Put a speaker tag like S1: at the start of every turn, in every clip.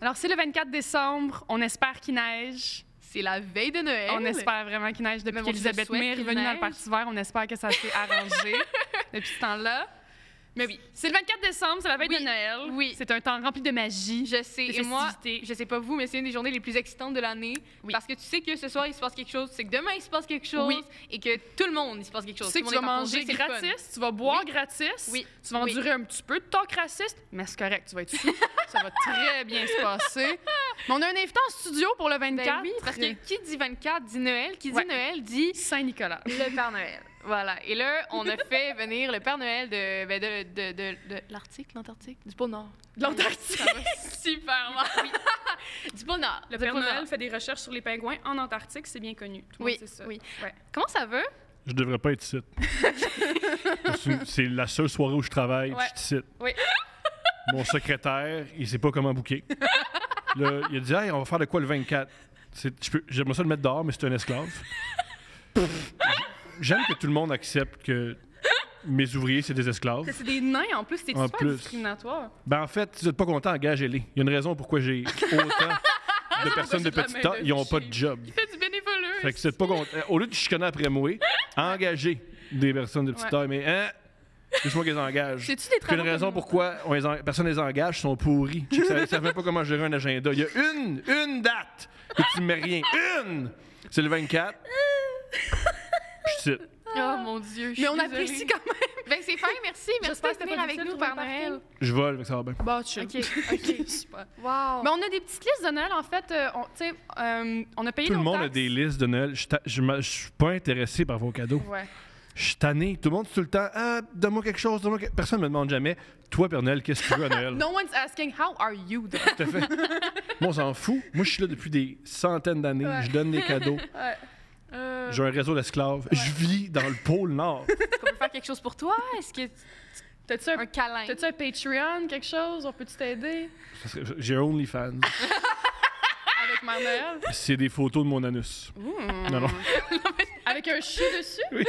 S1: Alors, c'est le 24 décembre. On espère qu'il neige.
S2: C'est la veille de Noël.
S1: On espère vraiment qu'il neige. Depuis
S2: Eh Mais bon, je
S1: qu'Elisabeth
S2: souhaite
S1: May est
S2: qu'il
S1: revenue dans le
S2: neige.
S1: Parti vert, on espère que ça s'est arrangé depuis ce temps-là.
S2: Mais oui.
S1: C'est le 24 décembre, c'est la veille
S2: Oui,
S1: de Noël.
S2: oui.
S1: C'est un temps rempli de magie.
S2: Je sais.
S1: Des
S2: Et moi,
S1: festivités.
S2: je sais pas vous, mais c'est une des journées les plus excitantes de l'année.
S1: Oui.
S2: Parce que tu sais que ce soir, il se passe quelque chose, c'est que demain, il se passe quelque chose.
S1: Oui.
S2: Et que tout le monde, il se passe quelque
S1: Tu
S2: chose.
S1: sais que
S2: Tout
S1: tu
S2: le
S1: vas
S2: monde est en congé,
S1: manger
S2: c'est le fun.
S1: gratis, tu vas boire gratis,
S2: Oui.
S1: tu vas
S2: Oui.
S1: endurer un petit peu de talk raciste, mais c'est correct, tu vas être sous. ça va très bien se passer. Mais on a un invité en studio pour le 24.
S2: Ben oui, parce que qui dit 24 dit Noël, qui dit
S1: Ouais.
S2: Noël dit
S1: Saint-Nicolas.
S2: le Père Noël. Voilà. Et là, on a fait venir le Père Noël de, ben, de, de, de- de l'Arctique, l'Antarctique, du pôle Nord.
S1: De l'Antarctique.
S2: Ça va super mal. du pôle Nord.
S1: Le
S2: du
S1: Père
S2: pôle
S1: Noël
S2: Nord.
S1: fait des recherches sur les pingouins en Antarctique, c'est bien connu. Tout le
S2: Oui,
S1: monde sait ça.
S2: oui.
S1: Ouais.
S2: Comment ça va?
S3: Je devrais pas être ici. C'est une- C'est la seule soirée où je travaille, puis
S1: Ouais.
S3: je suis ici.
S1: Oui.
S3: Mon secrétaire, il sait pas comment booker. Là, il a dit Hey, on va faire de quoi le 24 C'est- je peux- J'aimerais ça le mettre dehors, mais c'est un esclave. J'aime que tout le monde accepte que mes ouvriers, c'est des esclaves.
S1: C'est des nains en plus, c'est
S3: En
S1: super
S3: plus.
S1: discriminatoire.
S3: Ben, en fait, si vous êtes pas content, engagez-les. Il y a une raison pourquoi j'ai autant de personnes de
S1: c'est de la
S3: petit temps, ils ont pas de
S1: main-d'œuvre
S3: job.
S2: Fais du bénévolat.
S3: Fait que c'est pas con- euh, Au lieu de chicaner après moi, engager des personnes de petite
S1: Ouais.
S3: taille, mais hein, c'est moi qui les engage.
S2: C'est-tu des
S3: Puis une
S2: travaux
S3: raison
S2: communautaires?
S3: pourquoi on les en- personne les engage, ils sont pourris. Ils ne savent pas comment gérer un agenda. Il y a une, une date que tu ne mets rien. Une! C'est le 24. Je cite.
S2: Oh mon
S1: Ah. Mais
S2: Dieu, je suis
S1: on
S2: désolée.
S1: apprécie quand même.
S2: Ben c'est fin, merci, merci
S1: J'espère
S2: de
S1: que t'as
S2: venir
S1: pas
S2: avec
S1: dit ça
S2: nous
S1: sur
S2: Père
S1: le parking.
S2: Noël.
S3: Je vole, fait que ça va bien.
S1: Bon, chill.
S2: Ok, ok,
S1: super.
S2: Wow.
S1: Mais on a des petites listes de Noël, en fait. euh, on, tu sais, euh, on a payé
S3: Tout le
S1: nos
S3: monde a
S1: taxes.
S3: des listes de Noël. Je ta- Je ne suis pas intéressé par vos cadeaux.
S1: Ouais.
S3: Je suis tanné. Tout le monde, tout le temps, ah, donne-moi quelque chose. Donne Personne ne me demande jamais, toi, Père Noël, qu'est-ce que tu veux à Noël?
S1: No one's asking how are you. though?
S3: Tout à fait. Moi, on s'en fout. Moi, je suis là depuis des centaines d'années.
S1: Ouais.
S3: Je donne des cadeaux.
S2: Euh,
S3: J'ai un réseau d'esclaves. Je vis dans le pôle Nord.
S2: Est-ce qu'on peut faire quelque chose pour toi? Est-ce que
S1: T'as-tu un,
S2: un câlin?
S1: t'as-tu un Patreon, quelque chose? On peut-tu t'aider
S3: Ça serait- J'ai un OnlyFans.
S2: Ah!
S1: avec Mère Noël?
S3: C'est des photos de mon anus. Non, non.
S1: Oh. Avec un chou dessus?
S3: Oui.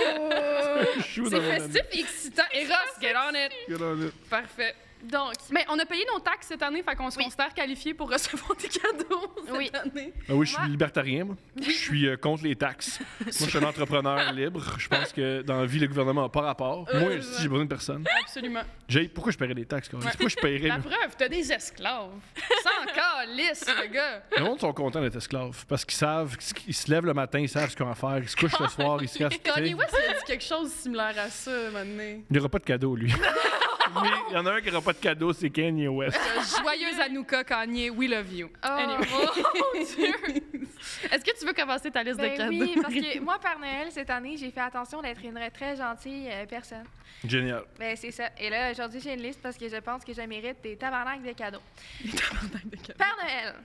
S1: Ouh!
S3: Je suis
S1: C'est
S3: dans mon anus.
S1: festif et excitant. Eros, get on it!
S3: Il y a dans le-
S1: Parfait.
S2: Donc,
S1: Mais on a payé nos taxes cette année, fait qu'on se
S2: Oui.
S1: considère qualifié pour recevoir des cadeaux cette
S2: Oui.
S1: année.
S3: Ah oui, je suis
S2: Moi-
S3: libertarien, moi. Je suis euh, contre les taxes. Moi, je suis un entrepreneur libre. Je pense que dans la vie, le gouvernement n'a pas rapport. Moi, si j'ai besoin de personne.
S1: Euh, Absolument.
S3: J'ai- Pourquoi je paierais les taxes? Carlis? Pourquoi je paierais?
S1: La
S3: là?
S1: preuve, t'as des esclaves. Sans encore lisse, le gars.
S3: Le monde sont contents d'être esclaves parce qu'ils savent, ils se lèvent le matin, ils savent ce qu'ils ont à faire, ils se couchent le soir, ils se cassent. tu sais.
S1: Kanye West, il a dit quelque chose de similaire à ça, un moment donné.
S3: Il n'y aura pas de cadeau, lui. Lui, il y en a un qui n'aura pas de cadeau, c'est Kanye West.
S1: Joyeuse Anouka, Kanye, we love you.
S2: oh,
S1: Anyway.
S2: mon Dieu!
S1: Est-ce que tu veux commencer ta liste de
S2: Ben
S1: cadeaux?
S2: oui, parce que moi, Père Noël, cette année, j'ai fait attention d'être une très gentille euh, personne.
S3: Génial.
S2: Ben c'est ça. Et là, aujourd'hui, j'ai une liste parce que je pense que je mérite des tabarnaks de cadeaux. Père Noël,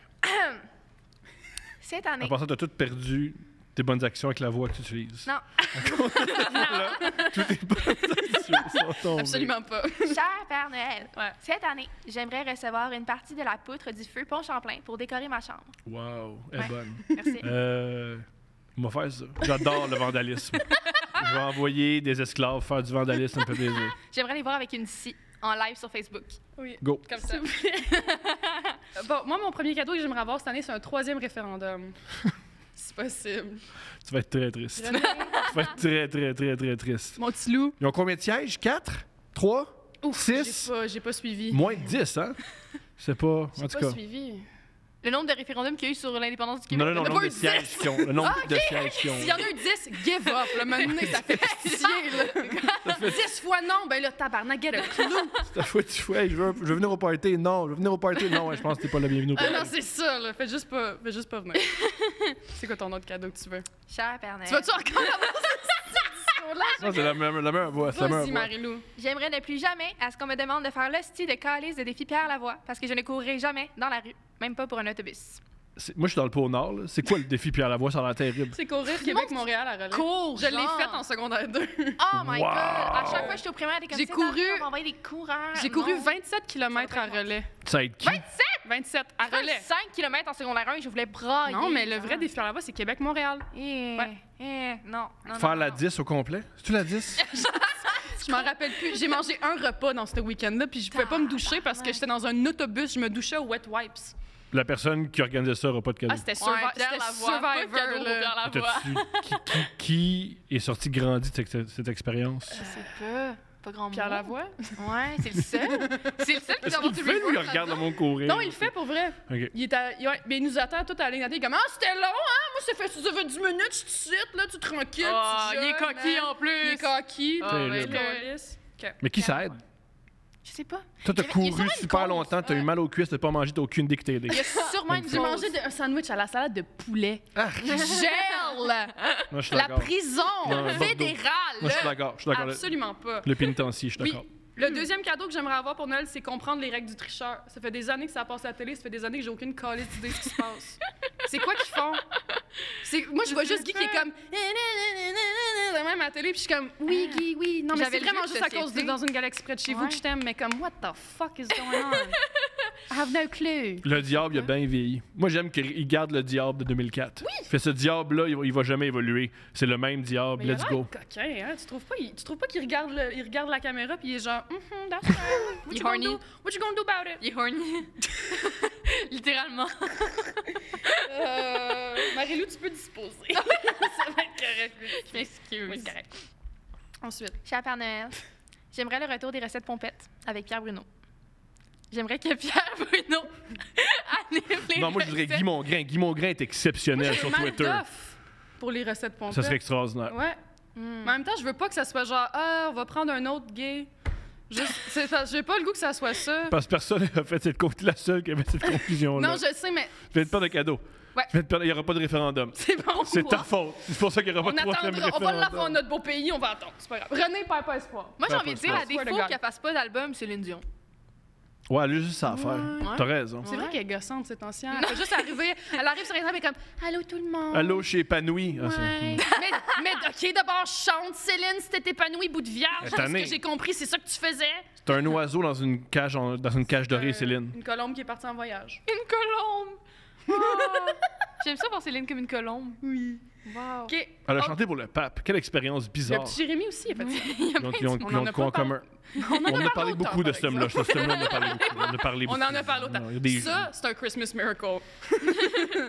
S2: cette année...
S3: En passant, tu as tout perdu tes bonnes actions avec la voix que tu utilises.
S2: Non.
S3: Tout tes bonnes actions sont tombées.
S1: Absolument pas.
S2: Cher Père Noël,
S1: Ouais.
S2: cette année, j'aimerais recevoir une partie de la poutre du feu Pont Champlain pour décorer ma chambre.
S3: Wow, elle est
S2: Ouais.
S3: bonne.
S2: Merci.
S3: Euh, on va faire ça. J'adore le vandalisme. Je vais envoyer des esclaves faire du vandalisme, ça me fait plaisir.
S2: J'aimerais les voir avec une scie en live sur Facebook.
S1: Oui.
S3: Go.
S1: Comme ça. bon, moi, mon premier cadeau que j'aimerais avoir cette année, c'est un troisième référendum. Si possible.
S3: Tu vas être très triste. tu vas être très, très, très, très triste.
S1: Mon petit loup.
S3: Ils ont combien de sièges? Quatre? Trois?
S1: Ouf,
S3: Six?
S1: J'ai pas, j'ai pas suivi.
S3: Moins de dix, hein? Je sais pas. En
S1: J'ai pas
S3: tout cas.
S1: suivi.
S2: Le nombre de référendums qu'il y a eu sur l'indépendance du Québec.
S3: Non, non, non,
S1: On a
S3: le nombre
S1: pas
S3: de
S1: eu
S3: sièges qu'ils ont. Le nombre de sièges qu'ils ont.
S1: S'il y en a eu 10, give up. Le moment ça fait pitié. Là. 10 fois non, ben là, tabarnak, get a clue.
S3: Ta fois, tu fais, je veux, je veux venir au party. Non, je veux venir au party. Non, ouais, je pense que t'es pas le bienvenu au
S1: Ah non,
S3: party.
S1: c'est ça, là. Fais juste pas, fais juste pas venir. c'est quoi ton autre cadeau que tu veux?
S2: Cher Père Noël,
S1: Tu vas-tu encore avoir
S3: Non, c'est la même, la même voix. c'est la
S1: Vas-y,
S3: même voix.
S1: Marilou.
S2: j'aimerais ne plus jamais à ce qu'on me demande de faire l'hostie de calice de défi Pierre Lavoie parce que je ne courrai jamais dans la rue, même pas pour un autobus.
S3: C'est- Moi, je suis dans le pôle Nord. là. C'est quoi le défi Pierre Lavoie? Ça a l'air terrible.
S1: C'est courir Québec-Montréal à relais.
S2: Cours,
S1: Je l'ai
S2: genre.
S1: faite en secondaire 2.
S2: Oh my
S3: Wow!
S2: god! À chaque fois que j'étais au primaire, t'es comme
S1: J'ai
S2: C'est pareil,
S1: couru-
S2: on va envoyer des coureurs.
S1: J'ai couru
S2: Non.
S1: 27 km à
S2: Ça va pas
S1: relais.
S3: Ça aide qui?
S1: 27 à
S2: Je fais
S1: relais.
S2: 5 km en secondaire 1 et je voulais brailler.
S1: Non, mais le vrai
S2: genre.
S1: défi là-bas, c'est Québec-Montréal.
S2: Eh,
S1: Ouais.
S2: eh, non, non, non,
S3: Faire la
S2: non.
S3: 10 au complet? C'est-tu la 10?
S1: Je m'en rappelle plus. J'ai mangé un repas dans ce week-end-là, puis je pouvais pas me doucher parce que j'étais dans un autobus. Je me douchais aux wet wipes.
S3: La personne qui organisait ça n'aura pas de cadeau.
S1: Ah, c'était
S2: Ouais,
S1: Survi-
S2: Pierre
S1: c'était
S2: Lavoie,
S1: Survivor.
S2: pas de cadeau pour
S1: là.
S2: Pierre Lavoie.
S3: T'as-tu- qui, qui- qui est sorti grandi de cette, cette expérience?
S2: Je sais pas. Pas grand
S1: Pierre
S2: monde.
S1: Lavoie?
S2: Ouais, c'est le seul. c'est le seul qui doit
S3: Est-ce qu'il
S2: avoir
S3: le
S2: tous
S3: fait
S2: les
S3: ou il
S2: jours.
S3: regarde le monde courir?
S1: Non, il le fait pour vrai.
S3: OK.
S1: Il, est à- il- ouais, mais il nous attend tout à la ligne. Il est comme Ah, c'était long, hein? Moi, ça fait, ça fait 10 minutes, je te cite, là, tu tranquille.
S2: Oh,
S1: tu
S2: il est
S1: jeune,
S2: coquille
S1: man.
S2: en plus.
S1: Il est coquille.
S2: Ah,
S1: puis
S3: ouais,
S1: il
S3: là.
S1: est lisse.
S3: Mais qui s'aide?
S2: Je sais pas.
S3: Toi,
S2: Il y
S3: t'as
S2: avait- il y a
S3: couru
S2: sûrement une
S3: super
S2: cause.
S3: longtemps, t'as eu
S1: euh,
S2: Ouais.
S3: mal aux cuisses, t'as pas mangé, t'as aucune idée que t'es aidé.
S2: Il y a sûrement une
S1: J'ai
S2: cause.
S1: mangé de- un sandwich à la salade de poulet.
S3: Ah.
S1: Gel!
S3: Moi, je suis
S1: La
S3: d'accord.
S1: prison
S3: Non, Bordeaux.
S1: fédérale!
S3: Moi, je suis d'accord. Je suis d'accord. Le-
S1: Absolument pas.
S3: Le pénitencier, je suis
S1: Oui.
S3: d'accord.
S1: Le deuxième cadeau que j'aimerais avoir pour Noël, c'est comprendre les règles du tricheur. Ça fait des années que ça passe à la télé, ça fait des années que j'ai aucune calisse d'idée de ce qui se passe. C'est quoi qu'ils font? C'est- Moi, je vois juste Guy qui est comme... Eh, de même à la télé, puis je suis comme... Oui, Guy, oui. Non, mais
S2: J'avais
S1: c'est
S2: le
S1: vraiment
S2: jeu de
S1: juste à cause de
S2: société.
S1: dans une galaxie près de chez vous
S2: Ouais.
S1: que je t'aime, mais comme... What the fuck is going on? I have no clue.
S3: Le diable, il a bien vieilli. Moi, j'aime qu'il garde le diable de 2004. Oui. Fait ce diable-là, il, va- il va jamais évoluer. C'est le même diable.
S1: il a
S3: Let's
S1: l'air
S3: go.
S1: coquin, hein? Tu trouves pas, il- tu trouves pas qu'il regarde, le- il regarde la caméra puis il est genre, Mhm, that's right. What
S2: Il
S1: you gonna
S2: horny.
S1: do? What you gonna do about it?
S2: Il est horny. Littéralement.
S1: Euh, Marilou, tu peux disposer. ça va être correct. oui.
S2: Je m'excuse.
S1: Oui, c'est correct. Ensuite,
S2: Cher Père Noël, j'aimerais le retour des recettes pompettes avec Pierre Bruno. J'aimerais que Pierre Bruno annule les
S3: Non, moi, je dirais
S2: recettes.
S3: Guy Mongrain. Guy Mongrain est exceptionnel sur
S1: mal
S3: Twitter.
S1: d'offres pour les recettes pompettes.
S3: Ça serait extraordinaire.
S1: Ouais.
S2: Hmm.
S1: Mais en même temps, je veux pas que ça soit genre, ah, on va prendre un autre gay. Juste, c'est- ça- j'ai pas le goût que ça soit ça.
S3: Parce que personne n'a fait cette con- la seule qui avait cette conclusion-là.
S1: Non, je sais, mais
S3: Je viens de perdre le cadeau.
S1: Ouais.
S3: Je viens de perdre- Il n'y aura pas de référendum.
S1: c'est bon.
S3: C'est ta faute. C'est pour ça qu'il n'y aura
S1: On
S3: pas de troisième
S1: attendra. On
S3: référendum.
S1: va l'avoir dans notre beau pays, on va attendre. C'est pas grave. René, perd pas espoir.
S2: Moi, j'ai
S3: Pas
S2: envie de
S3: possible.
S2: dire, à
S1: Swear to
S2: défaut
S1: God.
S2: qu'elle fasse pas d'album, Céline Dion.
S3: Ouais, elle a juste ça à faire.
S2: Ouais.
S3: T'as raison.
S1: C'est vrai
S2: Ouais.
S1: qu'elle est gossante, cette ancienne.
S2: Ah,
S1: Elle fait juste arriver, elle arrive sur Instagram et comme Allô tout le monde.
S3: Allô, je suis épanoui. Ah, c'est-
S1: Ouais. mais, mais OK, d'abord, chante, Céline, si t'es épanouie, bout de vierge.
S3: Cette
S1: Ce
S3: année.
S1: que j'ai compris, c'est ça que tu faisais.
S3: C'est un oiseau dans une cage, en- dans une cage dorée,
S1: Euh,
S3: Céline.
S1: Une colombe qui est partie en voyage.
S2: Une colombe! Ah! J'aime ça voir Céline comme une colombe.
S1: Ah! Oui.
S2: Wow.
S1: OK.
S3: Elle a
S1: Oh,
S3: chanté pour le pape. Quelle expérience
S1: Le
S3: bizarre.
S1: petit Jérémy aussi, en fait. ça.
S2: Il y a
S3: Donc,
S2: plein
S3: ils ont,
S2: de-
S1: On
S3: ils ont
S1: en a
S3: quoi
S1: pas
S3: en commun?
S1: en a
S3: On a parlé
S1: parlé
S3: beaucoup de
S1: autant,
S3: ce
S1: par
S3: thème-là. Ce thème-là, on a parlé beaucoup. On a parlé
S1: On
S3: beaucoup.
S1: en a parlé
S3: Non,
S1: autant.
S3: il y a des-
S1: Ça, c'est un Christmas miracle.
S2: Vas-y.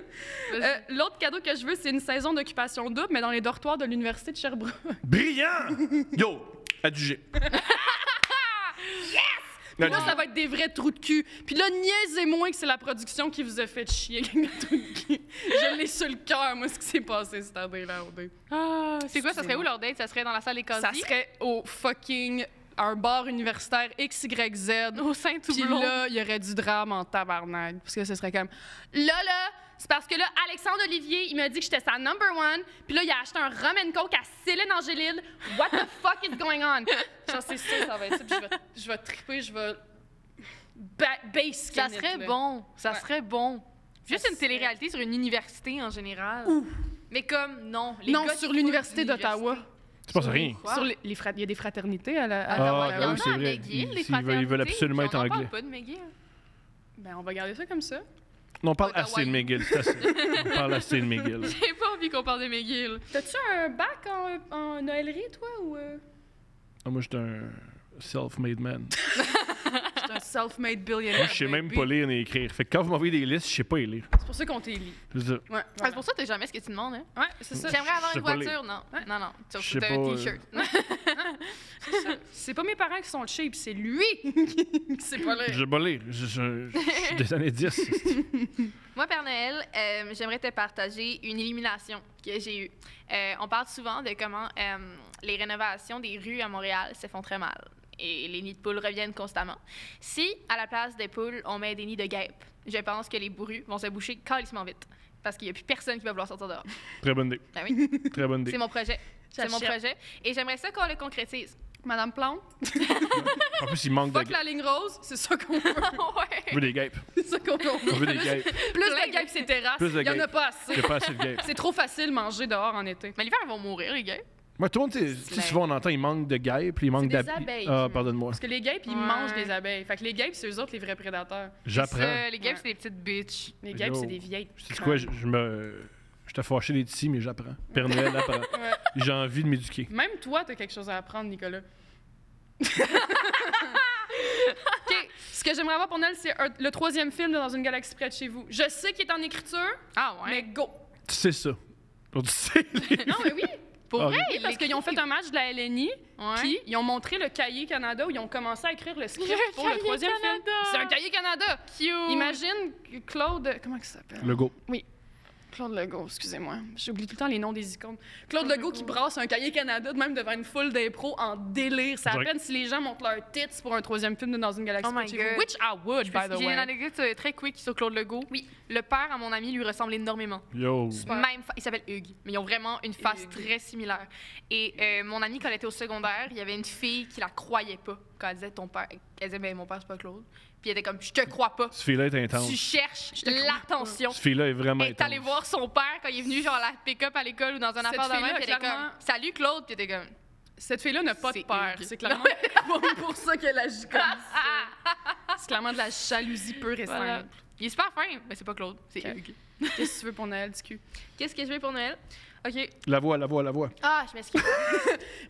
S1: Euh, L'autre cadeau que je veux, c'est une saison d'occupation double, mais dans les dortoirs de l'Université de Sherbrooke.
S3: Brillant! Yo! Adjugé. yes!
S1: Puis là, ça va être des vrais trous de cul. Puis là, niaisez-moi que c'est la production qui vous a fait chier, gang de trous de cul. Je l'ai sur le cœur, moi, ce qui s'est passé cette année-là, au dé.
S2: Ah, C'est quoi, ça serait où leur date? Ça serait dans la salle des casiers?
S1: Ça serait au fucking... un bar universitaire XYZ.
S2: au sein tout
S1: Puis
S2: blond.
S1: là, il y aurait du drame en tabarnak. Parce que ce serait comme... Là, là, c'est parce que là, Alexandre Olivier, il m'a dit que j'étais sa number one. Puis là, il a acheté un rum and coke à Céline Angélil. What the fuck is going on? Genre, c'est ça, ça va être ça. Puis je vais, je vais triper, je vais... Ba- base
S2: Ça
S1: skin it,
S2: serait
S1: là.
S2: bon. Ça
S1: Ouais.
S2: serait bon. Juste
S1: Ça
S2: une
S1: serait-
S2: télé-réalité sur une université en général. Mais comme, non. Les
S1: non,
S2: gars qui
S1: sur
S2: foutent
S1: l'université d'Ottawa.
S3: Tu penses à rien.
S2: Quoi?
S1: Sur les, les frat- il y a des fraternités à la. à
S2: Ah,
S1: Ottawa,
S2: ouais,
S3: ah
S2: il y en
S1: là-haut.
S2: a
S3: oui, c'est
S2: à
S3: vrai.
S2: McGill,
S3: Ils-
S2: les
S3: ils veulent- ils veulent
S2: fraternités,
S3: absolument
S2: puis
S3: être
S2: on en
S3: anglais.
S2: parle pas de McGill.
S1: Ben, on va garder ça comme ça.
S3: On parle assez de
S2: Hawaï.
S3: McGill. C'est assez. On parle assez de McGill.
S2: J'ai pas envie qu'on parle de McGill.
S1: T'as-tu un bac en, en Noëlerie, toi, ou. euh?
S3: Ah, moi, j'étais un self-made man.
S1: J'étais un self-made
S3: Moi,
S1: billionaire.
S3: je sais même
S1: baby.
S3: pas lire ni écrire. Fait que quand vous m'envoyez des listes, je sais pas les lire.
S1: C'est pour ça qu'on t'élit.
S3: Je veux dire,
S1: Ouais,
S2: C'est pour ça que t'as jamais ce que tu demandes. Hein?
S1: Ouais, c'est ça.
S2: J'aimerais avoir
S3: sais
S2: une
S3: pas les-
S2: voiture, non. Non, non. Tu
S3: Je sais
S2: t'as
S3: pas,
S2: un
S3: euh,
S2: t-shirt.
S1: C'est ça. C'est pas mes parents qui sont cheap, c'est lui qui sait pas
S3: Je
S1: lire.
S3: sais pas lire. Je je- je suis des années 10. c'est-
S2: Moi, Père Noël, euh, j'aimerais te partager une illumination que j'ai eue. Euh, on parle souvent de comment euh, les rénovations des rues à Montréal se font très mal et les nids de poules reviennent constamment. Si, à la place des poules, on met des nids de guêpes, je pense que les bourrues vont se boucher calissement vite parce qu'il n'y a plus personne qui va vouloir sortir dehors.
S3: Très bonne idée.
S2: Ben oui,
S3: Très bonne
S2: c'est
S3: idée.
S2: mon projet. C'est mon
S1: J'achète.
S2: projet. Et j'aimerais ça qu'on le concrétise.
S1: Madame Plante,
S3: En plus, il manque de
S1: fuck
S3: guêpes.
S1: la ligne rose, c'est ça qu'on veut.
S3: On
S2: ouais.
S3: veut des guêpes.
S1: C'est ça qu'on veut.
S3: On veut des guêpes.
S1: Plus de guêpes, c'est terrasse.
S3: Plus de
S1: Il y en a
S3: guêpes.
S1: pas
S3: Il y
S1: assez.
S3: a pas assez de guêpes.
S1: C'est trop facile manger dehors en été.
S2: Mais l'hiver, ils vont mourir, les gars.
S3: Moi, tout le monde, tu sais, tu sais, souvent on entend, il manque de guêpes, il manque
S1: des
S3: d'ab-
S1: abeilles.
S3: Ah, pardonne-moi.
S1: Parce que les guêpes, ils
S2: Ouais.
S1: mangent des abeilles. Fait que les guêpes, c'est eux autres les vrais prédateurs.
S3: J'apprends.
S2: Ça, les guêpes,
S1: Ouais.
S2: c'est des petites bitches.
S1: Les guêpes,
S3: Yo.
S1: c'est des vieilles.
S3: Tu sais quoi, je, je me. Je t'ai fâché les petits, mais j'apprends. Père Noël apprend. J'ai envie de m'éduquer.
S1: Même toi, t'as quelque chose à apprendre, Nicolas. OK, ce que j'aimerais avoir pour Noël, c'est un- le troisième film de dans une galaxie près de chez vous. Je sais qu'il est en écriture,
S2: Ah ouais?
S1: mais go!
S3: Tu sais ça. Tu sais. les-
S1: Non, mais oui!
S2: pour
S3: Ah,
S2: vrai,
S1: Oui, parce qu'ils ont fait un match de la LNI,
S2: Ouais.
S1: puis ils ont montré le cahier Canada où ils ont commencé à écrire le script
S2: Le
S1: pour le
S2: cahier
S1: troisième
S2: Canada!
S1: film. C'est un cahier Canada!
S2: Cute.
S1: Imagine que Claude. Comment il s'appelle?
S3: Le go.
S1: Claude Legault, excusez-moi. J'oublie tout le temps les noms des icônes. Claude Legault qui brasse un cahier Canada, de même devant une foule d'impro en délire. C'est à
S3: Direct.
S1: peine si les gens montent leurs tits pour un troisième film de Dans une galaxie
S2: Oh my
S1: près de chez vous.
S2: God.
S1: Which I would, by the
S2: J'ai une
S1: way.
S2: anecdote euh, très quick sur Claude Legault. Oui. Le père à mon ami lui ressemble énormément.
S3: Yo.
S1: Super.
S2: Même fa- il s'appelle Hugues, mais ils ont vraiment une face
S1: Hugues.
S2: très similaire. Et euh, mon ami, quand elle était au secondaire, il y avait une fille qui la croyait pas quand elle disait ton père. Elle disait, ben mon père, c'est pas Claude. Puis elle était comme, je te crois pas.
S3: Ce fille-là est
S2: Tu
S3: intense.
S2: cherches
S1: te crois
S2: l'attention.
S3: Ce fille-là est vraiment
S2: Elle est allée
S3: intense.
S2: voir son père quand il est venu, genre, à la pick-up à l'école ou dans un
S1: Cette
S2: appart de même.
S1: fille-là,
S2: Puis elle était comme,
S1: clairement-
S2: salut Claude. Puis elle était comme,
S1: Cette fille-là n'a pas de
S2: C'est
S1: père.
S2: Hugues.
S1: C'est clairement pour ça qu'elle agit comme ça. C'est clairement de la jalousie pure et simple.
S2: Ah, Voilà. Il est super fin, mais c'est pas Claude, c'est
S1: Ok.
S2: Hugues.
S1: Qu'est-ce que tu veux pour Noël, du cul?
S2: Qu'est-ce que je veux pour Noël? OK.
S3: La voix, la voix, la voix.
S2: Ah, je m'excuse.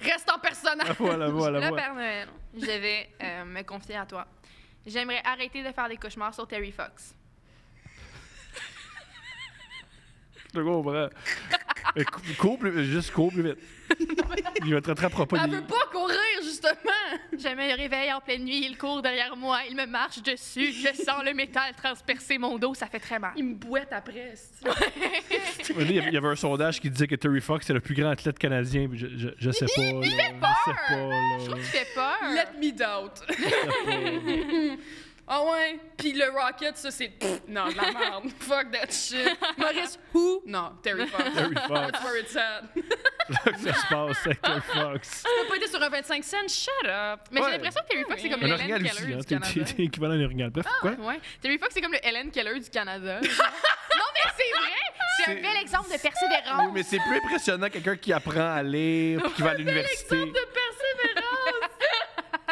S1: Reste en personnage!
S3: La voix, la voix, la
S2: Le
S3: voix.
S2: Père Noël, je vais euh, me confier à toi. J'aimerais arrêter de faire des cauchemars sur Terry Fox.
S3: Le go, vraiment. Mais cou- Cours plus, juste cours plus vite. Il va te rattraper pas.
S1: Elle
S3: il-
S1: veut pas courir, justement!
S2: Je me réveille en pleine nuit, il court derrière moi, il me marche dessus, je sens le métal transpercer mon dos, ça fait très mal.
S1: Il me boite après. c'est-
S3: Mais là, Il y avait- il y avait un sondage qui disait que Terry Fox était le plus grand athlète canadien. puis Je, je, je sais pas. là, Je sais pas. là.
S2: Je trouve qu'il fait peur.
S1: Let me doubt!
S3: Je sais pas.
S1: Ah ouais? Puis le Rocket, ça, c'est... pff, Non, de la merde. Fuck that shit. Maurice, who? Non, Terry Fox.
S3: Terry Fox.
S1: That's where it's at.
S3: Là que ça se passe avec Terry Fox.
S1: T'as pas été sur un 25 cents? Shut up!
S2: Mais
S3: Ouais.
S2: j'ai l'impression que Terry Fox, c'est comme
S1: Un
S2: le
S3: Un
S2: Helen
S3: orignal
S2: Keller
S3: aussi. Hein,
S2: du
S3: t'es, t'es,
S2: Canada.
S3: t'es équivalent à un orignal. Bref, quoi?
S2: Ouais. Terry Fox, c'est comme le Helen Keller du Canada. non, mais c'est vrai! Ah, C'est un
S3: C'est-
S2: bel exemple de
S3: Oui,
S2: persévérance.
S3: mais c'est plus impressionnant quelqu'un qui apprend à lire puis qui va à l'université.
S1: De persévérance!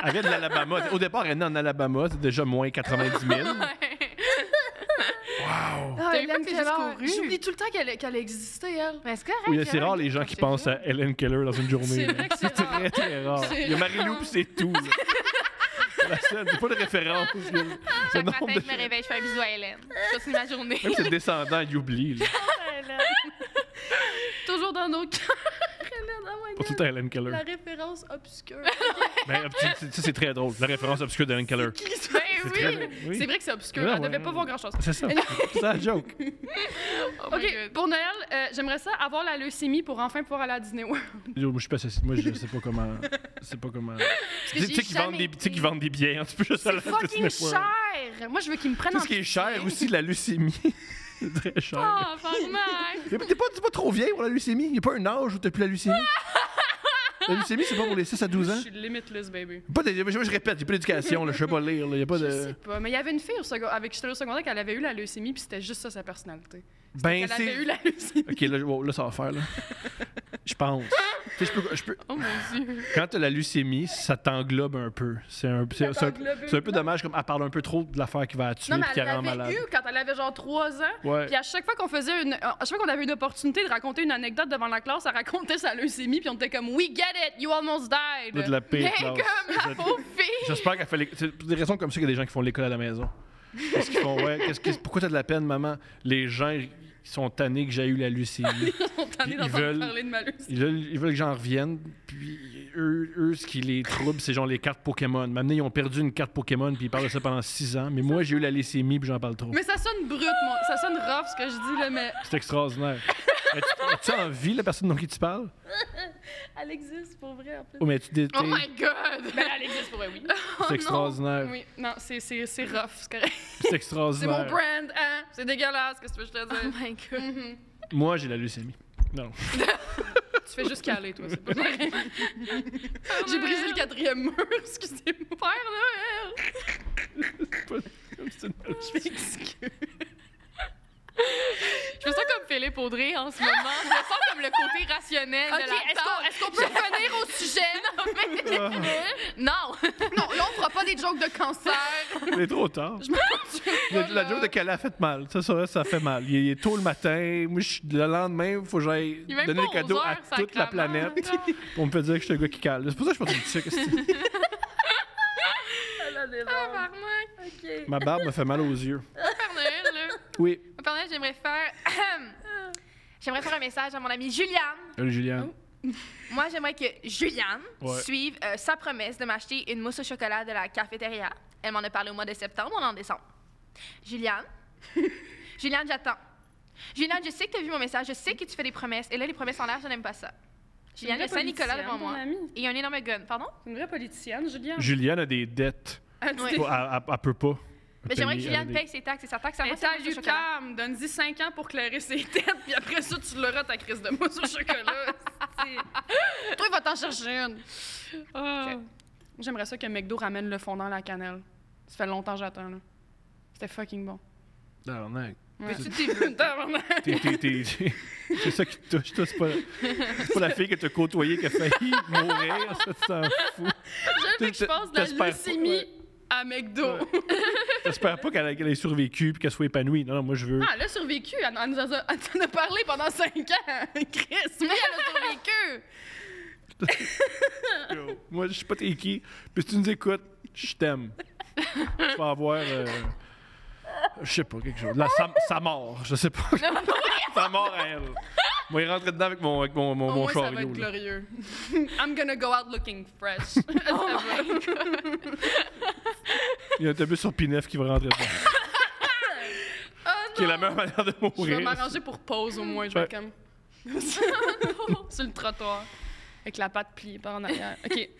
S3: Elle vient de l'Alabama. Au départ, elle est née en Alabama. C'est déjà moins 90 000. Wow!
S1: Ah,
S2: Hélène Keller.
S1: J'oublie
S2: J'oublie
S1: tout le temps qu'elle a existé, elle.
S2: Mais c'est correct.
S3: Oui, c'est rare les gens qui pensent à Helen Keller dans une journée.
S1: C'est
S3: là.
S1: vrai que c'est rare.
S3: très, très rare.
S1: C'est
S3: Il y a Marie-Lou, puis c'est tout. là. C'est la seule. C'est pas de référence. là.
S1: Ah,
S3: Le
S2: Chaque matin,
S3: nombre de-
S2: je me réveille, je fais un bisou à Hélène. Je continue ma journée.
S3: Même ses descendants, ils oublient.
S1: Oh
S3: là.
S1: Toujours dans nos cœurs, Hélène. Oh my
S3: Pas tout
S1: God.
S3: le temps Helen Keller.
S1: La référence obscure.
S3: Ben, tu- tu- ça, c'est très drôle. La référence obscure d'Helen Keller.
S2: Ben
S3: C'est
S2: oui!
S3: très- oui.
S1: C'est vrai que c'est obscur.
S3: Ah,
S1: Elle
S3: ouais.
S1: devait pas voir grand-chose.
S3: C'est ça. C'est ça la joke.
S2: Oh my
S1: OK,
S2: God.
S1: pour Noël, euh, j'aimerais ça avoir la leucémie pour enfin pouvoir aller à Disney World.
S3: Yo, moi, je suis pas assis- Moi, je sais pas comment. C'est pas comment. Tu sais- tu sais
S1: j'ai
S3: qu'ils vendent,
S1: jamais
S3: des- tu sais qu'ils
S1: été.
S3: vendent des billets. hein, Tu peux juste aller à
S1: Fucking
S3: Disney World.
S2: Oh
S1: cher! Moi, je veux qu'ils me prennent
S3: Tout ce qui est cher aussi, la leucémie. c'est très cher.
S1: Ah,
S2: Oh, Fangman!
S3: Mais t'es pas, t'es pas trop vieille pour la leucémie. Il n'y a pas un âge où t'as plus la leucémie. la leucémie, c'est pas pour les 6 à 12
S1: Je
S3: ans.
S1: suis limitless, baby.
S3: Pas de- moi, je répète, il n'y a pas d'éducation. là, Je sais pas lire. là, Il n'y a pas
S1: Je sais
S3: de.
S1: pas, mais il y avait une fille au secondaire, avec qui j'étais au secondaire qu'elle avait eu la leucémie, puis c'était juste ça sa personnalité.
S3: Ben,
S1: Elle avait eu la leucémie.
S3: Ok, là, wow, là, ça va faire. Là. Je pense. Tu sais, je peux- je peux-
S2: Oh mon dieu!
S3: Quand t'as la leucémie, ça t'englobe un peu. C'est un, c'est- c'est un-
S1: t'englobe.
S3: c'est un peu dommage, comme elle parle un peu trop de l'affaire qui va la tuer
S1: Non, mais
S3: puis qui
S1: elle
S3: la rend
S1: l'avait
S3: malade.
S1: eu quand elle avait genre 3 ans.
S3: Ouais.
S1: Puis à chaque fois qu'on faisait une. À chaque fois qu'on avait une opportunité de raconter une anecdote devant la classe, elle racontait sa leucémie, puis on était comme We get it, you almost died.
S3: Là, de la pire
S2: Mais
S3: classe.
S2: comme la
S3: Je-
S2: pauvre fille!
S3: J'espère qu'elle fait les- C'est pour des raisons comme ça qu'il y a des gens qui font l'école à la maison. Qu'est-ce qu'ils font? Ouais, qu'est-ce que- pourquoi t'as de la peine, maman? Les gens, ils sont tannés que j'ai eu la leucémie.
S1: On t'en est
S3: Ils
S1: d'entendre
S3: veulent-
S1: parler de ma leucémie.
S3: Ils veulent, ils veulent que j'en revienne. Puis eux, eux, ce qui les trouble, c'est genre les cartes Pokémon. Maintenant, ils ont perdu une carte Pokémon, puis ils parlent de ça pendant six ans. Mais moi, j'ai eu la leucémie, puis j'en parle trop.
S1: Mais ça sonne brut, moi. ça sonne rough ce que je dis là, mais
S3: C'est extraordinaire. As-tu- As-tu envie, la personne dont qui tu parles?
S1: elle existe pour vrai en plus.
S3: Oh, mais tu
S2: Oh
S3: détestes.
S2: my god!
S1: Mais elle existe pour vrai, oui.
S3: c'est extraordinaire.
S1: Oui, non, c'est c'est- c'est rough, c'est correct.
S3: C'est
S1: C'est
S3: extraordinaire.
S1: mon brand, hein? C'est dégueulasse, qu'est-ce que tu veux que je te
S2: Oh
S1: dise?
S2: my god!
S1: Mhm.
S3: Moi, j'ai la leucémie. Non.
S1: Tu fais juste caler, toi, c'est pas pareil. J'ai brisé le quatrième mur, excusez-moi. Père Noël!
S3: C'est une-
S2: Je me sens comme Philippe Audrey hein, en ce moment. Je me sens comme le côté rationnel
S1: Ok,
S2: de la
S1: est-ce qu'on
S2: table.
S1: est-ce qu'on peut revenir au sujet?
S3: Ah,
S2: Non!
S1: Non, là, on fera pas des jokes de cancer.
S3: Il est trop tard.
S1: Je me
S3: La, la joke de Calais a fait mal. Ça, ça, ça fait mal. Il est, il est tôt le matin. Moi, je suis- le lendemain, il faut que j'aille
S2: Il est même
S3: donner
S2: pas
S3: des cadeaux
S2: aux
S3: à
S2: heures,
S3: toute la
S2: sacrément.
S3: planète. On me fait dire que je suis un gars qui cale. C'est pour ça que je suis pas du sucre.
S4: c'est bon.
S2: Tabarnak,
S4: OK.
S3: Ma barbe me fait mal aux yeux.
S2: Père Noël, là.
S3: Oui.
S2: Mon Père Noël, j'aimerais faire... j'aimerais faire un message à mon amie Juliane.
S3: Allô, Euh, Juliane.
S2: Oh, Moi, j'aimerais que Juliane
S3: Ouais.
S2: suive euh, sa promesse de m'acheter une mousse au chocolat de la cafétéria. Elle m'en a parlé au mois de septembre, on est en décembre. Juliane, Juliane, j'attends. Juliane, je sais que tu as vu mon message, je sais que tu fais des promesses, et là, les promesses en l'air, je n'aime pas ça. Juliane, le
S1: vraie
S2: Saint-Nicolas
S1: politicienne,
S2: devant moi.
S1: ton amie.
S2: Et un énorme gun, pardon?
S1: C'est une vraie politicienne,
S2: ah.
S1: Julien.
S3: Juliane a des dettes.
S2: Ouais.
S3: Elle, elle- elle peut pas.
S2: Mais j'aimerais que
S3: payer-
S2: Juliane
S3: elle a
S2: paye ses taxes et sa taxe à moi,
S1: Mais
S2: c'est
S1: t'as
S2: la mousse au chocolat.
S1: Lucam, donne-y 5 ans pour clairer ses têtes, puis après ça, tu l'auras ta crise de mousse au chocolat. c'est- Toi, il va t'en chercher une. Ah. J'aimerais ça que McDo ramène le fondant à la cannelle. Ça fait longtemps que j'attends, là. C'était fucking bon.
S3: des- Tabarnak.
S1: Ouais.
S3: tu
S1: Tabarnak.
S3: T'es- t'es- t'es- C'est ça qui te touche, toi. C'est pas, c'est pas la fille que t'as côtoyée qui a failli mourir. Ça, tu t'en fous.
S1: J'aime que je
S3: T'es-
S1: passe de la
S3: t'espères-
S1: leucémie
S3: ouais.
S1: à McDo.
S3: Ouais. J'espère pas qu'elle a- qu'elle ait survécu puis qu'elle soit épanouie. Non, non, moi, je veux.
S1: Ah, elle a survécu. Elle, elle nous a, elle nous en a parlé pendant 5 ans. Chris, oui, elle a survécu.
S3: Yo, Moi, je sais pas t'es qui. Puis si tu nous écoutes, je t'aime. Tu vas avoir. euh, je sais pas, quelque chose. La, sa, sa mort, je sais pas. sa mort à elle. Moi, il rentre dedans avec mon, avec mon, mon,
S1: Au
S3: mon
S1: moins, ça va
S3: chariot,
S1: être
S3: là.
S1: glorieux. I'm gonna go out looking fresh.
S2: Oh my God.
S3: Il y a un autobus sur P9 qui va rentrer dedans.
S1: Oh
S3: qui est
S1: non!
S3: la meilleure manière de
S1: Je vais
S3: mourir.
S1: m'arranger pour pause au moins, je vais
S3: Ouais.
S1: comme. Sur le trottoir. Avec la patte pliée par en arrière. OK.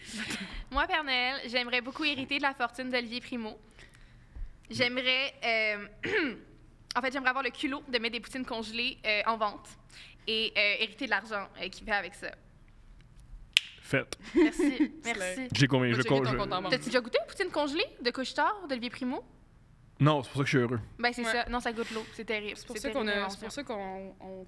S2: Moi, Père Noël, j'aimerais beaucoup hériter de la fortune d'Olivier Primo. J'aimerais. euh, en fait, j'aimerais avoir le culot de mettre des poutines congelées euh, en vente et euh, hériter de l'argent euh, qui va avec ça.
S3: Fait.
S2: Merci. merci.
S3: J'ai combien?
S1: Faut
S3: Je
S1: checker
S3: con-
S1: ton
S3: je-
S1: compte en banque.
S2: T'as-tu déjà goûté aux poutines congelées de Couche-Tard d'Olivier Primo?
S3: Non, c'est pour ça que je suis heureux.
S2: Ben, c'est
S1: Ouais.
S2: ça. Non, ça goûte l'eau. C'est terrible.
S1: C'est pour
S2: C'est
S1: ça
S2: terrible,
S1: qu'on a-
S2: l'invention.
S1: c'est pour ça qu'on on-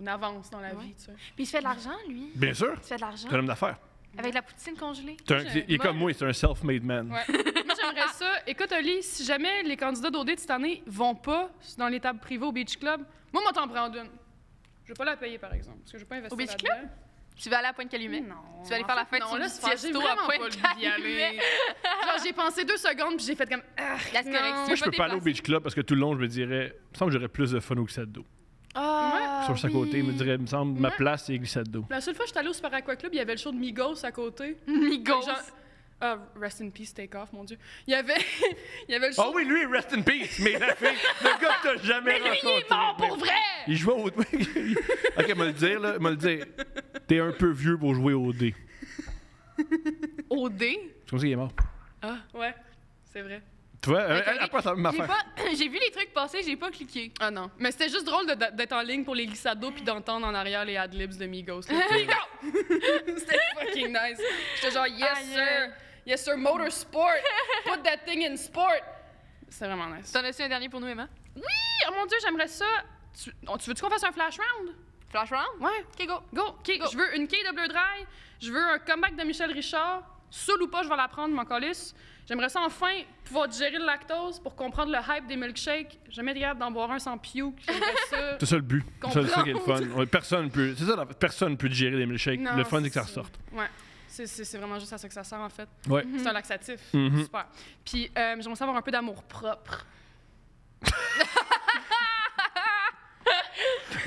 S1: on avance dans la
S2: Ouais.
S1: vie, tu sais.
S2: Puis il se fait de l'argent, lui.
S3: Bien sûr.
S2: Il se fait de l'argent.
S3: C'est un homme d'affaires.
S2: Avec la poutine congelée.
S3: C'est un- c'est- Il est
S1: Moi-
S3: comme moi, c'est un self-made man.
S1: Ouais. Moi, j'aimerais ça. Écoute, Oli, si jamais les candidats d'OD de cette année vont pas dans les tables privées au Beach Club, moi, moi, t'en prends une. Je vais pas la payer, par exemple, parce que je vais pas investir
S2: Au Beach
S1: là-dedans.
S2: Tu vas aller à Pointe-Calumet?
S1: Non.
S2: Tu vas aller
S1: en
S2: faire la
S1: fait,
S2: fête
S1: non,
S2: sur
S1: là,
S2: le
S1: c'est parce que j'ai
S2: fiasto à
S1: vraiment pas le goût d'y
S2: Pointe-Calumet.
S1: aller. Genre, j'ai pensé deux secondes, puis j'ai fait comme... Ah,
S2: Là, c'est correct.
S1: Non.
S2: Tu
S3: Moi, je
S2: veux
S3: peux pas aller au
S2: déplacer.
S3: beach club parce que tout le long, je me dirais, il me semble que j'aurais plus de fun au glissade d'eau.
S2: Ah,
S3: Sur sa
S2: oui.
S3: côté, il me dirait, il me semble, ma
S1: Ouais.
S3: place, c'est glissade d'eau.
S1: La seule fois que j'étais allée au Super Aqua Club, il y avait le show de Migos à côté.
S2: Migos.
S1: Genre- Ah, rest in peace, take off, mon Dieu. Il y avait, il y avait le show.
S3: Ah oui, lui, rest in peace, mais la fille, le gars que t'as jamais
S1: Mais lui, il
S3: rencontré.
S1: est mort pour
S3: Mais-
S1: vrai!
S3: Il jouait au... OK, me le dire, là, me le dire. T'es un peu vieux pour jouer au dé.
S2: Au dé.
S3: C'est comme ça qu'il est mort.
S1: Ah, ouais, c'est vrai.
S3: Tu vois, euh,
S2: Ok, ok.
S3: après, ça m'a
S2: J'ai
S3: fait...
S2: pas- J'ai vu les trucs passer, j'ai pas cliqué.
S1: Ah non. Mais c'était juste drôle de- de- d'être en ligne pour les glissades d'eau puis d'entendre en arrière les ad-libs de Migos. là. Migos! c'était fucking nice. J'étais genre, yes
S2: Aïe.
S1: sir, yes sir, motorsport, put that thing in sport. C'était vraiment nice.
S2: T'en as-tu un dernier pour nous, Emma?
S1: Oh mon Dieu, j'aimerais ça. Tu, on- tu veux-tu qu'on fasse un flash round?
S2: Flash round?
S1: Ouais.
S2: Ok, go.
S1: Go, OK, je veux une quille de Bleu Dry, je veux un comeback de Michel Richard, seul ou pas, je vais la prendre, mon colis. J'aimerais ça enfin pouvoir digérer le lactose pour comprendre le hype des milkshakes. Jamais de capable d'en boire un sans puke, j'aimerais ça.
S3: C'est ça le but. C'est ça, c'est ça qui est le fun.
S1: Comprendre.
S3: Ouais, Personne peut... C'est ça, la- personne peut gérer les milkshakes.
S1: Non,
S3: le fun, c'est que ça
S1: c'est-
S3: ressorte.
S1: Ouais, c'est- c'est c'est vraiment juste à ça que ça sert en fait.
S3: Ouais.
S1: C'est un laxatif,
S3: Mhm.
S1: super. Puis euh, j'aimerais savoir un peu d'amour propre.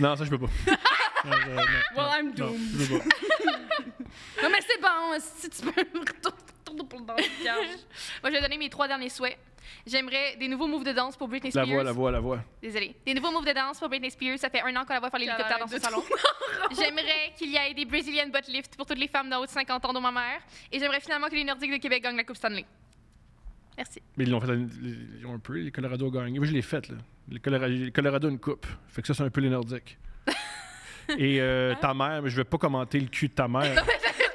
S3: Non, ça, je peux pas. Non, je- non,
S1: Well, I'm
S3: non,
S1: doomed.
S3: je peux pas.
S1: Non mais c'est bon, si tu peux retourner pour le danse
S2: Moi, je vais donner mes trois derniers souhaits. J'aimerais des nouveaux moves de danse pour Britney
S3: La
S2: Spears.
S3: voix, la voix, la voix.
S2: Désolée. Des nouveaux moves de danse pour Britney Spears. Ça fait un an qu'on la voit faire l'hélicoptère dans son
S1: Qu'elle
S2: salon. J'aimerais qu'il y ait des Brazilian butt lifts pour toutes les femmes d'en haut de 50 ans, dont ma mère. Et j'aimerais finalement que les Nordiques de Québec gagnent la Coupe Stanley. Merci.
S3: Mais ils l'ont fait la- ils ont un peu, les Colorado ont gagné. Moi, je l'ai faite, là. Les Colorado, les Colorado ont une coupe. Fait que ça, c'est un peu les Nordiques. Et
S1: Hein?
S3: euh, ta mère, mais je vais pas commenter le cul de ta mère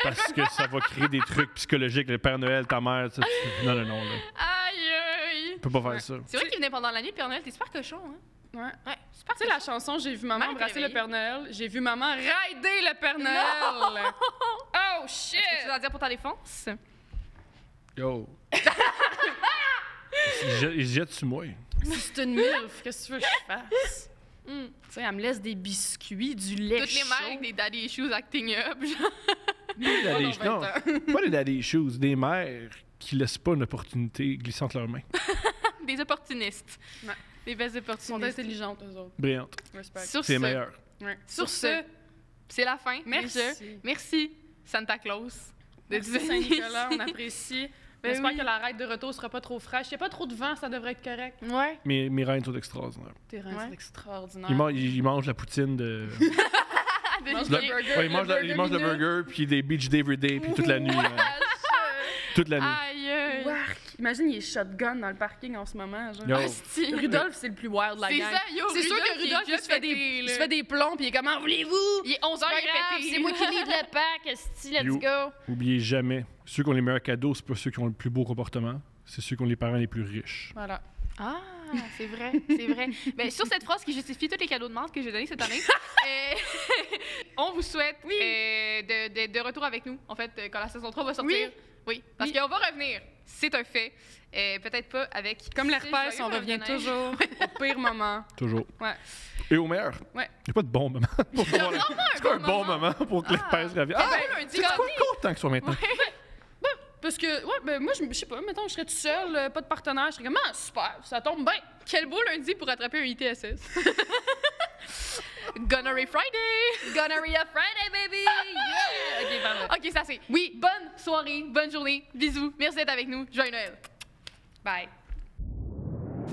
S3: parce que ça va créer des trucs psychologiques. Le Père Noël, ta mère, ça, tu- non, non, non. Là.
S2: Aïe, aïe.
S3: On peut pas faire ça.
S2: C'est vrai qu'il venait pendant la nuit, Père Noël. T'es super cochon, hein?
S1: Ouais.
S2: Ouais, super
S1: Tu sais, la chanson, j'ai vu maman
S2: Maman est
S1: embrasser le
S2: réveillée.
S1: Père Noël, j'ai vu maman rider le Père Noël. Oh shit!
S2: Qu'est-ce que tu as à dire pour ta défense?
S3: Yo. Ils jettent- Ils se jettent sur moi.
S1: Si c'est une milf, qu'est-ce que tu veux que je fasse? Hmm.
S2: Mm.
S1: Tu sais, elle me laisse des biscuits, du lait
S2: Toutes les
S1: chaud.
S2: mères avec des daddy issues acting up. genre.
S3: Pas des daddy,
S1: dans
S3: non,
S1: vingt
S3: pas des daddy shoes, des mères qui laissent pas une opportunité glissante entre leurs mains.
S2: Des opportunistes.
S1: Ouais.
S2: Des belles
S1: Ils sont
S2: opportunistes.
S1: intelligentes, eux autres.
S3: Brillante.
S1: Respect.
S2: Sur
S3: C'est
S2: ce,
S3: meilleur.
S1: Ouais.
S2: sur ce, c'est la fin.
S1: Merci.
S2: déjà. Merci, Santa Claus. de
S1: Merci
S2: venir
S1: Saint-Nicolas,
S2: ici.
S1: on apprécie.
S2: Ben
S1: J'espère
S2: oui.
S1: que la raide de retour sera pas trop fraîche. Il n'y a pas trop de vent, ça devrait être correct.
S2: Ouais.
S3: Mes, mes reines sont extraordinaires.
S1: Tes reins
S2: Ouais.
S1: sont extraordinaires.
S3: Ils, man- ils- ils mangent la poutine de.
S2: Ah, de-
S1: Mange
S3: Le-
S1: le burger,
S3: Ouais, ils mangent, la-
S1: burger
S3: ils mangent le
S1: minute.
S3: burger, puis des beach everyday, puis toute la nuit. hein. Toute la nuit.
S2: Aïe. aïe.
S1: Wark. Imagine, il est shotgun dans le parking en ce moment. genre.
S3: Yo.
S2: Asti.
S1: Rudolph, c'est le plus wild de la
S2: C'est
S1: gang.
S2: ça, yo,
S1: C'est sûr
S2: Rudolph,
S1: que
S2: il est
S1: Rudolph, il
S2: déjà
S1: se fait, des,
S2: pété,
S1: il
S2: là.
S1: se fait des plombs, puis il est comment voulez-vous?
S2: Il est 11
S1: Pas
S2: h
S1: grave,
S2: répété.
S1: C'est moi qui lead le pack, esti, let's
S3: You.
S1: go.
S3: Oubliez jamais, ceux qui ont les meilleurs cadeaux, c'est pas ceux qui ont le plus beau comportement, c'est ceux qui ont les parents les plus riches.
S1: Voilà.
S2: Ah, c'est vrai, c'est vrai. Ben, sur cette phrase qui justifie tous les cadeaux de menthe que j'ai donnés cette année, euh, on vous souhaite euh, de, de- de retour avec nous, en fait, euh, quand la saison 3 va sortir. Oui, parce
S1: Oui.
S2: qu'on va revenir, c'est un fait. Euh, Peut-être pas avec...
S1: Comme
S2: ces
S1: l'herpès,
S2: joyeux
S1: on revient
S2: bonhommes de neige.
S1: toujours au pire moment.
S3: Toujours.
S1: Ouais.
S3: Et au meilleur.
S1: Ouais.
S3: Il n'y a pas de bon moment pour voir la- C'est quoi un bon moment pour que les
S2: Ah.
S3: pères reviennent? Ah!
S2: Ben, un
S3: C'est
S2: divan.
S3: quoi content que ce soit maintenant?
S1: Parce que, ouais, ben moi, je je sais pas, mettons, je serais toute seule, euh, pas de partenaire, je serais comme, ah, super, ça tombe bien.
S2: Quel beau lundi pour attraper un ITSS. Gunnery Friday!
S1: Gonorrhea Friday, baby! Yeah! OK, pardon.
S2: OK, ça c'est. Oui, bonne soirée, bonne journée, bisous, merci d'être avec nous, joyeux Noël. Bye.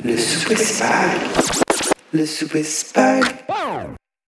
S4: Le souper spag. Le souper spag.